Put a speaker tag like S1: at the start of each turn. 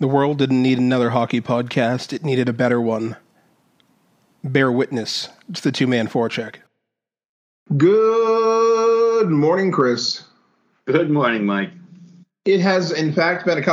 S1: The world didn't need another hockey podcast, it needed a better one. Bear witness to the two man forecheck.
S2: Good morning, Chris.
S3: Good morning, Mike.
S2: It has, in fact, been a couple